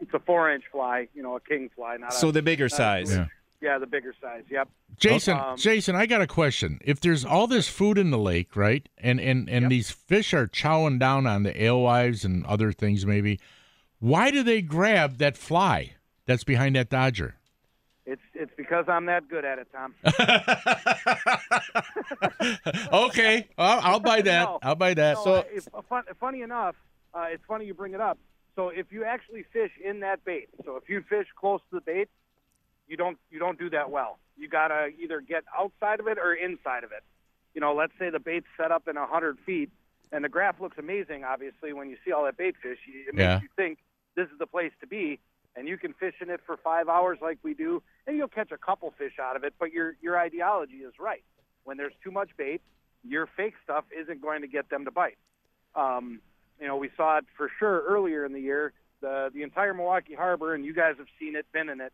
it's a four inch fly, you know, a king fly. Not
So
a,
the bigger
not a
size.
two-inch. Yeah, the bigger size. Yep.
Jason,
Um,
Jason, I got a question. If there's all this food in the lake, right, and and and these fish are chowing down on the alewives and other things, maybe, why do they grab that fly that's behind that Dodger?
It's it's because I'm that good at it, Tom.
Okay, I'll, I'll buy that.
No.
I'll buy that.
No,
so,
I- if, fun, funny enough, uh, it's funny you bring it up. So if you actually fish in that bait, so if you fish close to the bait, you don't you don't do that well. You gotta either get outside of it or inside of it. You know, let's say the bait's set up in a hundred feet, and the graph looks amazing. Obviously, when you see all that bait fish, you- it makes
Yeah.
you think this is the place to be. And you can fish in it for five hours like we do, and you'll catch a couple fish out of it. But your your ideology is right. When there's too much bait, your fake stuff isn't going to get them to bite. Um, you know, we saw it for sure earlier in the year. The the entire Milwaukee Harbor, and you guys have seen it, been in it.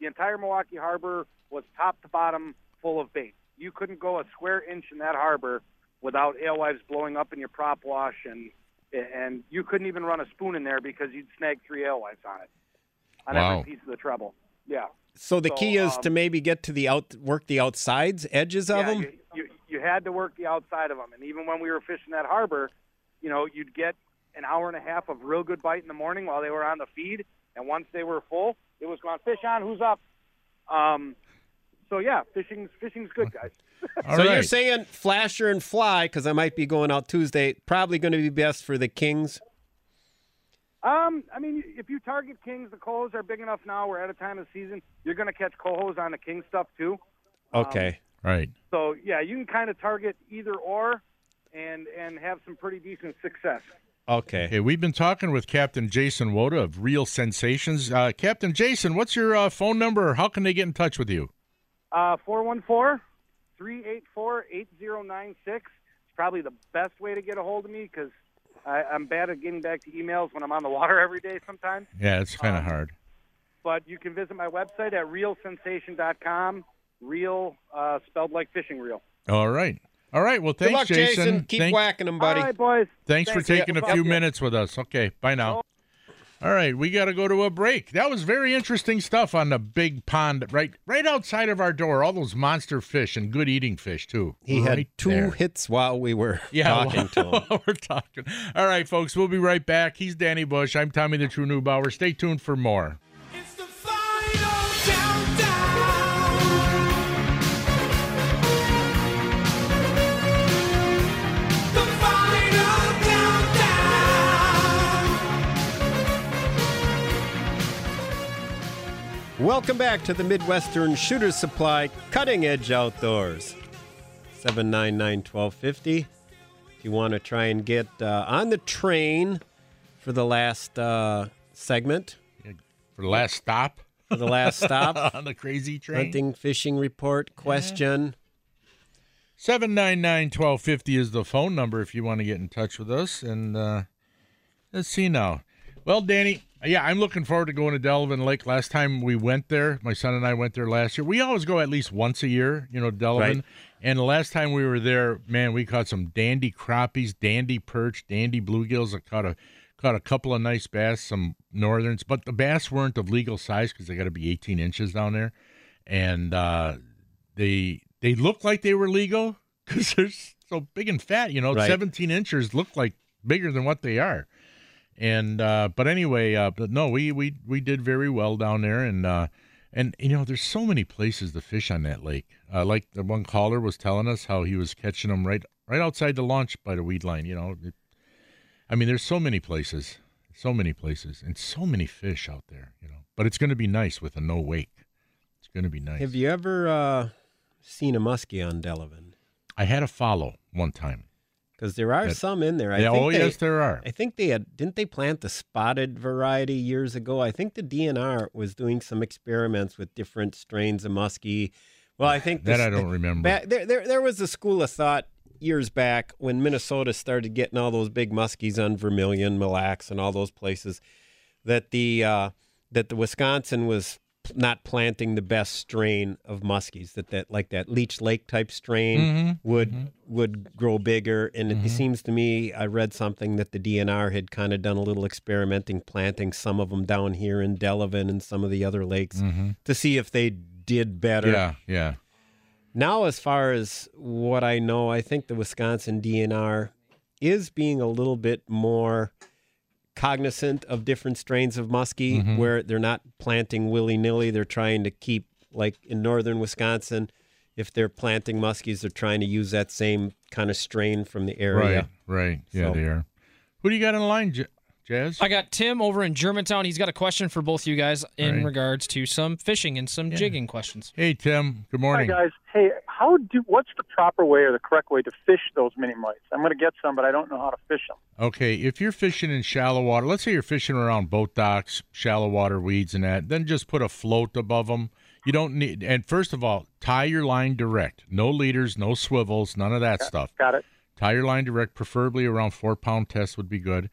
The entire Milwaukee Harbor was top to bottom full of bait. You couldn't go a square inch in that harbor without alewives blowing up in your prop wash, and and you couldn't even run a spoon in there because you'd snag three alewives on it on
Wow.
every piece of the treble. Yeah.
So the
So,
key is to
um,
maybe get to the out, work the outsides, edges of
yeah,
them.
You, you, you had to work the outside of them. And even when we were fishing that harbor, you know, you'd get an hour and a half of real good bite in the morning while they were on the feed. And once they were full, it was going fish on, who's up? Um, so yeah, fishing's fishing's good, guys.
all
so you're
right.
saying flasher and fly because I might be going out Tuesday. Probably going to be best for the Kings.
Um, I mean, if you target kings, the cohos are big enough now. We're at a time of the season. You're going to catch cohos on the king stuff too. Um,
Okay.
right.
So yeah, you can kind of target either or, and and have some pretty decent success.
okay.
Okay, we've been talking with Captain Jason Woda of Real Sensations. Uh, Captain Jason, what's your uh, phone number? Or how can they get in touch with you?
Uh, 414-384-8096 is probably the best way to get a hold of me because I'm bad at getting back to emails when I'm on the water every day sometimes.
Yeah, it's kind of
Um,
hard.
But you can visit my website at realsensation.com, real uh, spelled like fishing reel.
All right. All right. Well,
Good
thanks,
luck, Jason. Keep
Thank-
whacking them, buddy.
All right, boys.
Thanks, for taking a
Fuck
few
you.
minutes with us. Okay, bye now. All right, we got to go to a break. That was very interesting stuff on the big pond right right outside of our door. All those monster fish and good eating fish too.
He had
Right
two
there.
hits while we were
Yeah,
talking to him.
while we're talking. All right, folks, we'll be right back. He's Danny Bush. I'm Tommy the True Newbauer. Stay tuned for more.
It's the final countdown.
Welcome back to the Midwestern Shooter Supply Cutting Edge Outdoors. 799 1250. If you want to try and get uh, on the train for the last uh, segment,
for the last stop,
for the last stop,
on the crazy train.
hunting, fishing report, question.
799 1250 is the phone number if you want to get in touch with us. And uh, let's see now. Well, Danny, yeah, I'm looking forward to going to Delavan Lake. Last time we went there, my son and I went there last year. We always go at least once a year, you know, Delavan.
Right.
And the last time we were there, man, we caught some dandy crappies, dandy perch, dandy bluegills. I caught a caught a couple of nice bass, some northerns, but the bass weren't of legal size because they got to be 18 inches down there, and uh, they they look like they were legal because they're s- so big and fat. You know,
Right.
17 inches look like bigger than what they are. And uh, but anyway, uh, but no, we we we did very well down there, and uh, and you know, there's so many places to fish on that lake. Uh, like the one caller was telling us how he was catching them right right outside the launch by the weed line. You know, It- I mean, there's so many places, so many places, and so many fish out there. You know, but it's going to be nice with a no wake. It's going to be nice.
Have you ever uh, seen a muskie on Delavan?
I had a follow one time.
Because there are
That-
some in there. I
Yeah,
think
oh
they-
yes, there are.
I think they had didn't they plant the spotted variety years ago? I think the DNR was doing some experiments with different strains of muskie. Well, I think
That
this-
I don't remember.
Ba- there, there, there was a school of thought years back when Minnesota started getting all those big muskies on Vermilion, Mille Lacs, and all those places that the uh, that the Wisconsin was p- not planting the best strain of muskies that that like that Leech Lake type strain
Mm-hmm.
would would grow bigger and it seems to me I read something that the DNR had kind of done a little experimenting planting some of them down here in Delavan and some of the other lakes to see if they did better
Mm-hmm. yeah, yeah.
now, as far as what I know, I think the Wisconsin DNR is being a little bit more cognizant of different strains of muskie
Mm-hmm.
where they're not planting willy nilly. They're trying to keep, like in northern Wisconsin, if they're planting muskies, they're trying to use that same kind of strain from the area.
Right, right. Yeah,
So-
they are. Who do you got in line, J- Jazz?
I got Tim over in Germantown. He's got a question for both you guys in
Right.
regards to some fishing and some jigging questions.
hey, Tim. Good morning.
Hi guys. Hey, how do? What's the proper way or the correct way to fish those mini mites? I'm going to get some, but I don't know how to fish them.
Okay, if you're fishing in shallow water, let's say you're fishing around boat docks, shallow water weeds and that, then just put a float above them. You don't need and first of all, tie your line direct. No leaders, no swivels, none of that stuff.
Got it?
Tie your line direct, preferably around four pound test would be good.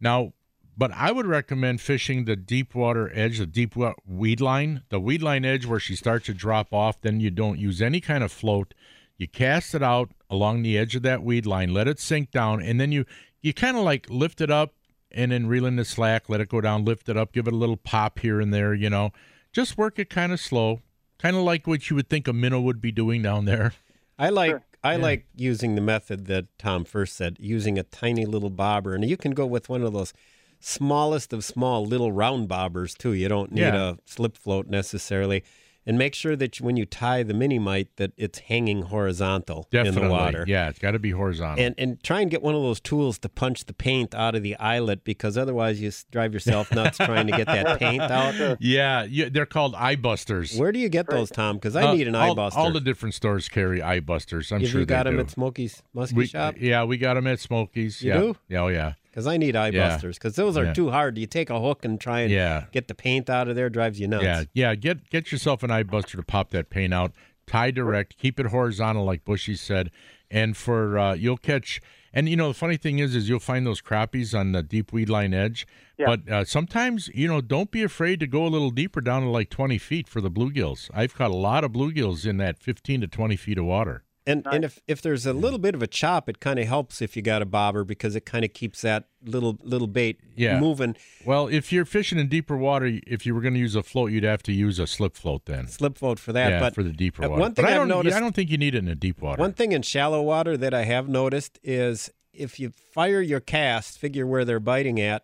Now, but I would recommend fishing the deep water edge, the deep wa- weed line, the weed line edge where she starts to drop off. Then you don't use any kind of float. You cast it out along the edge of that weed line, let it sink down, and then you you kind of like lift it up and then reel in the slack, let it go down, lift it up, give it a little pop here and there, you know. Just work it kind of slow, kind of like what you would think a minnow would be doing down there.
I like I like using the method that Tom first said, using a tiny little bobber, and you can go with one of those smallest of small little round bobbers too. You don't need
Yeah.
a slip float necessarily, and make sure that when you tie the mini mite, that it's hanging horizontal
Definitely.
in the water.
Yeah, it's got to be horizontal.
And, and try and get one of those tools to punch the paint out of the eyelet because otherwise you s- drive yourself nuts trying to get that paint out.
Yeah, yeah, they're called eye busters.
Where do you get those, Tom? Because I
Uh,
need an eye
all,
buster.
All the different stores carry eye busters. I'm
If
sure
you got
they
them
do.
at Smokey's Muskie
we,
Shop?
Yeah, we got them at Smokey's.
You
yeah.
do?
Yeah, oh yeah.
Because I need eye
Yeah.
busters. Because those are
Yeah.
too hard. You take a hook and try and
Yeah.
get the paint out of there. Drives you nuts.
Yeah, yeah. Get get yourself an eye buster to pop that paint out. Tie direct. Keep it horizontal, like Bushy said. And for uh, you'll catch. And you know the funny thing is, is you'll find those crappies on the deep weed line edge. But uh, sometimes you know, don't be afraid to go a little deeper, down to like 20 feet for the bluegills. I've caught a lot of bluegills in that 15 to 20 feet of water.
And and if, if there's a little bit of a chop, it kind of helps if you got a bobber because it kind of keeps that little little bait
Yeah.
moving.
Well, if you're fishing in deeper water, if you were going to use a float, you'd have to use a slip float then.
Slip float for that.
yeah,
but
for the deeper
uh,
water.
One thing
but I
I've
don't,
noticed.
I don't think you need it in a deep water.
One thing in shallow water that I have noticed is if you fire your cast, figure where they're biting at.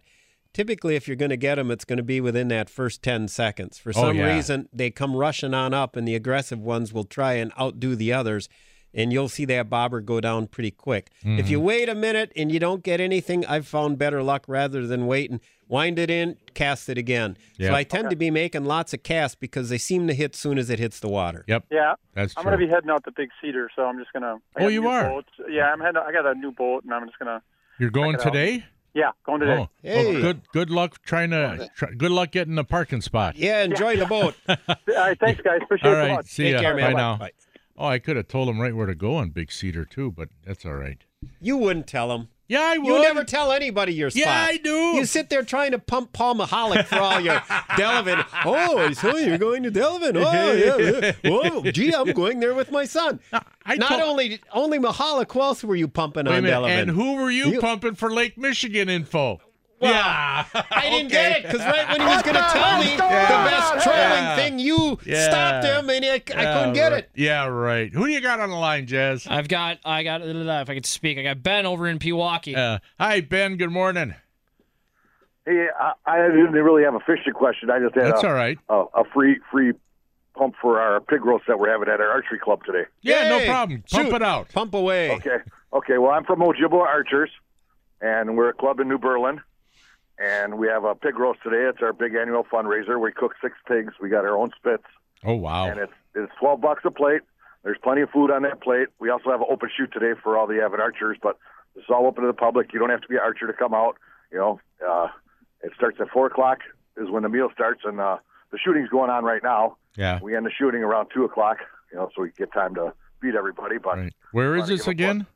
Typically, if you're going to get them, it's going to be within that first 10 seconds. For some
Oh, yeah.
reason, they come rushing on up, and the aggressive ones will try and outdo the others, and you'll see that bobber go down
Mm-hmm.
pretty quick. If you wait a minute and you don't get anything, I've found better luck rather than waiting. wind it in, cast it again.
Yeah.
So I tend to be making lots of casts because they seem to hit soon as it hits the water.
Yep.
Yeah,
That's
I'm
true.
gonna be heading out to Big Cedar, so I'm just gonna. I
Oh,
got
you
new
are?
Boats. Yeah, I'm heading. I got a new boat, and I'm just gonna.
You're going
check it out.
today?
Yeah, going today.
Oh, oh, good good luck trying to try, good luck getting a parking spot.
Yeah, enjoy the boat.
All right, thanks guys. Appreciate
all
it so
right,
much.
see ya. Bye now. Oh, I could have told him right where to go on Big Cedar too, but that's all right.
You wouldn't tell them.
Yeah, I
You
would.
never tell anybody your spot.
Yeah, I do.
You sit there trying to pump Palmaholic for all your Delavan. Oh, so you're going to Delavan? Oh, yeah. yeah. Whoa, gee, I'm going there with my son. Not
told-
only only Mahalik, who else were you pumping
Wait a
on
minute,
Delavan?
and who were you, pumping for Lake Michigan info? yeah,
I didn't get it because right when he was going to tell me
Yeah.
the best trolling
Yeah.
thing, you
Yeah.
stopped him and I, I couldn't get it.
Yeah, right. Who do you got on the line, Jazz?
I've got, I got, Uh, if I could speak, I got Ben over in Pewaukee.
Uh, hi, Ben. Good morning.
Hey, I, I didn't really have a fishing question. I just had
That's
a,
all right.
a, a free free pump for our pig roast that we're having at our archery club today.
Yeah, no
Yay.
problem. Pump
Shoot.
it out.
Pump away.
Okay, okay. Well, I'm from Ojibwa Archers, and we're a club in New Berlin, and we have a pig roast today. It's our big annual fundraiser. We cook six pigs. We got our own spits,
Oh wow.
and it's it's twelve bucks a plate. There's plenty of food on that plate. We also have an open shoot today for all the avid archers, but it's all open to the public. You don't have to be an archer to come out. You know, uh, it starts at four o'clock is when the meal starts, and uh, the shooting's going on right now.
Yeah.
We end the shooting around two o'clock. You know, so we get time to beat everybody. But
Where is
Wanna
this
give a
again?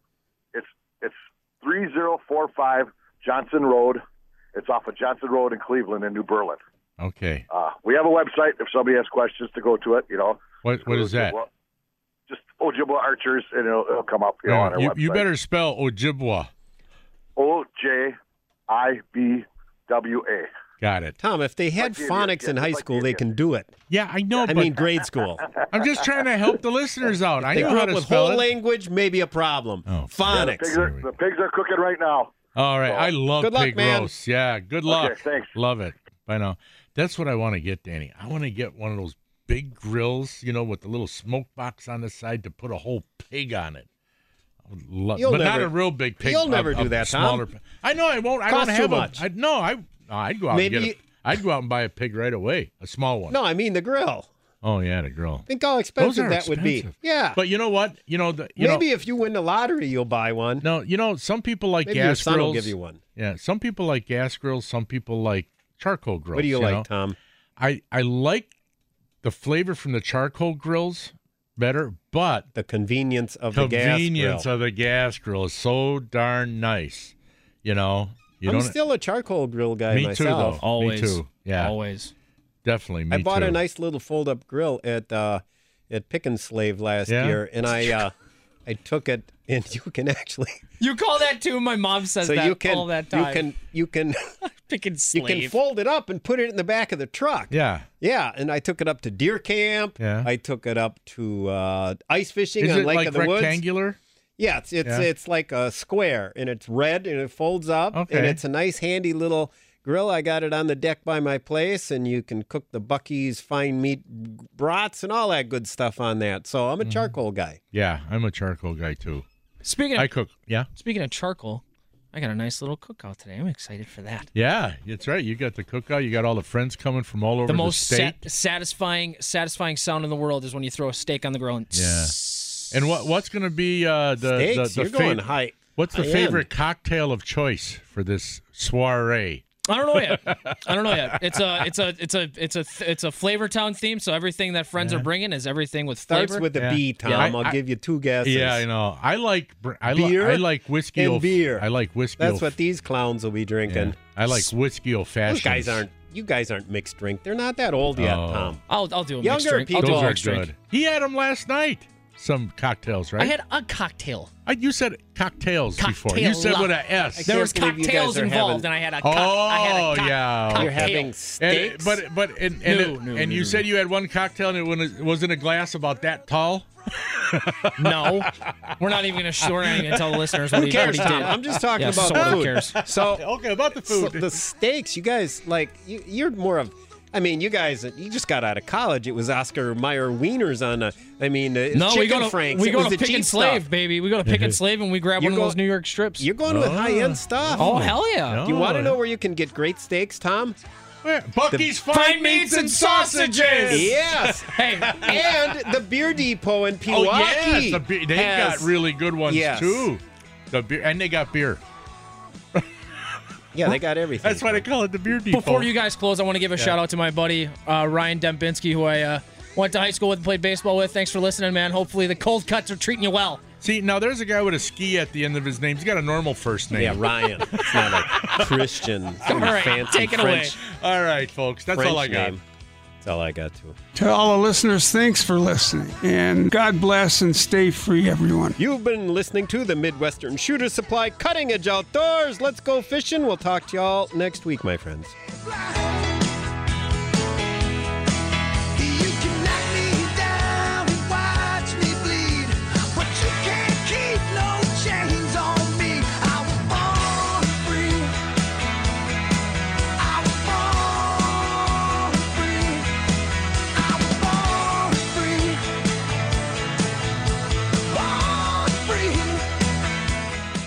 it's it's three zero four five Johnson Road. It's off of Johnson Road in Cleveland in New Berlin.
Okay.
Uh, we have a website. If somebody has questions, to go to it. You know,
What what is that?
Ojibwa- Just Ojibwa Archers, and it'll, it'll come up. You, know, on our
you,
website.
you better spell Ojibwa.
O J I B W A.
Got it.
Tom, if they had
Like the
phonics
idiot, yeah,
in high
like the
school, they can do it.
Yeah, I know.
I
but
mean, grade school.
I'm just trying to help the listeners out. I
they
know
grew
how
up
to
with
spell
whole
it.
language, maybe a problem.
Oh,
The
Phonics.
pigs, are, the pigs are cooking right now.
All right. I love
Good luck,
pig
man.
roast. Yeah. Good luck.
thanks.
Love it. I know. That's what I want to get, Danny. I want to get one of those big grills, you know, with the little smoke box on the side to put a whole pig on it. I would love,
You'll
but not
never-
a real big pig.
you'll
a-
never
a
do that, Tom.
smaller, Tom. I know I won't. I
Costs
don't
too
have a-
much.
I, no, I, no, I'd go out
Maybe
and
you-
get a, I'd go out and buy a pig right away, a small one.
No, I mean the grill.
Oh yeah, the grill.
Think how
Those
expensive
are
that would be.
expensive.
Yeah.
But you know what? You know the you know-
maybe if you win the lottery, you'll buy one.
No, you know, some people like
Maybe your
gas
son will
grills.
give you one.
Yeah, some people like gas grills. Some people like charcoal grills.
what do you, like,
know?
Tom?
I I like the flavor from the charcoal grills better, but
The convenience of
convenience
the gas grill.
of the gas grill is so darn nice. You know, you
I'm
don't.
still a charcoal grill guy
me too,
myself.
though.
Always.
Me too. Yeah,
Always.
definitely. Me
I bought
too.
a nice little fold up grill at uh, at Pick and Slave last
Yeah?
year, and I uh, I took it, and you can actually
You call that too? My mom says
so
that
you can
all that
you
time.
can you can
Picking
you
slave.
can fold it up and put it in the back of the truck.
Yeah.
Yeah, and I took it up to deer camp.
Yeah.
I took it up to uh, ice fishing
Is
on
it
Lake
like
of the Woods.
rectangular?
Yeah, it's it's
Yeah.
it's like a square and it's red and it folds up
Okay.
and it's a nice handy little grill. I got it on the deck by my place and you can cook the Bucky's fine meat brats and all that good stuff on that. So
Mm-hmm.
I'm a charcoal guy.
Yeah, I'm a charcoal guy too.
Speaking of,
I cook. Yeah.
speaking of charcoal, I got a nice little cookout today. I'm excited for that.
Yeah, that's right. You got the cookout. You got all the friends coming from all over
the
the,
most
state.
sat- satisfying satisfying sound in the world is when you throw a steak on the grill and
Yeah. And what what's going to be uh, the, the
Steaks,
the
you're
fav-
going high.
What's the
high
favorite cocktail of choice for this soiree?
I don't know yet. I don't know yet. It's a it's a it's a it's a th- it's a flavor town theme. So everything that friends are bringing is everything with
Starts
flavor.
with a
Yeah.
B, Tom.
I-
I'll
I-
give you two guesses.
Yeah, I know. I like br- I, li-
Beer
I like whiskey
and
old-
beer.
I like whiskey.
That's
old-
what these clowns will be drinking.
yeah. I like whiskey old fashioned.
Those guys aren't you guys aren't mixed drink. They're not that old yet,
Oh.
Tom.
I'll I'll do a mixed
Younger
drink. I'll do
people
Those
a
are
mixed drink.
good. He had them last night. Some cocktails, right?
I had a cocktail.
I- you said cocktails before. You
Cocktail.
said with a S.
can't
There was
believe you guys
cocktails
are
involved,
having-
and I had a. Co-
Oh
I had a co-
yeah,
You're
Cocktail.
having
And, uh,
steaks.
but but and and, uh,
No, no,
and
no,
you
no,
said you had one cocktail and it wasn't- it wasn't a glass about that tall.
No, we're not even gonna. Sh- we're not even gonna tell the listeners what
who
he,
cares,
what he
Tom?
did.
I'm just talking
Yeah,
about
so who
food.
cares?
So
Okay, about the
So
food.
the steaks, you guys like you, you're more of I mean, you guys, you just got out of college. It was Oscar Mayer Wieners on a. I mean, uh,
No,
chicken
we go to
franks.
we
It
go
was
to
the
pick
cheap
and
stuff.
slave, baby. We go to pick and slave, and we grab
You're
one
go-
of those New York strips.
You're going with high end stuff.
Oh hell yeah!
Do you want to know where you can get great steaks, Tom?
Bucky's Fine Meats and Sausages.
Yes.
hey,
and the Beer Depot in Pewaukee.
Oh yes, the beer, they've
has-
got really good ones
Yes.
too. The beer, and they got beer.
Yeah, they got everything.
That's why they call it the beer depot.
Before you guys close, I want to give a
Yeah.
shout out to my buddy uh, Ryan Dembinski, who I uh, went to high school with and played baseball with. Thanks for listening, man. Hopefully the cold cuts are treating you well.
see now, there's a guy with a ski at the end of his name. He's got a normal first name.
Yeah, Ryan. It's not a Christian. it's
All
not a
right,
fancy
take it away.
French,
All right, folks, that's
French
all I got.
name. That's all I got to.
To all the listeners, thanks for listening. And God bless and stay free, everyone.
You've been listening to the Midwestern Shooter Supply Cutting Edge Outdoors. Let's go fishing. We'll talk to y'all next week, my friends.
You can knock me down and watch me bleed, but you can't keep no chains on me. I was born free. I was born free. I was born free. Born free.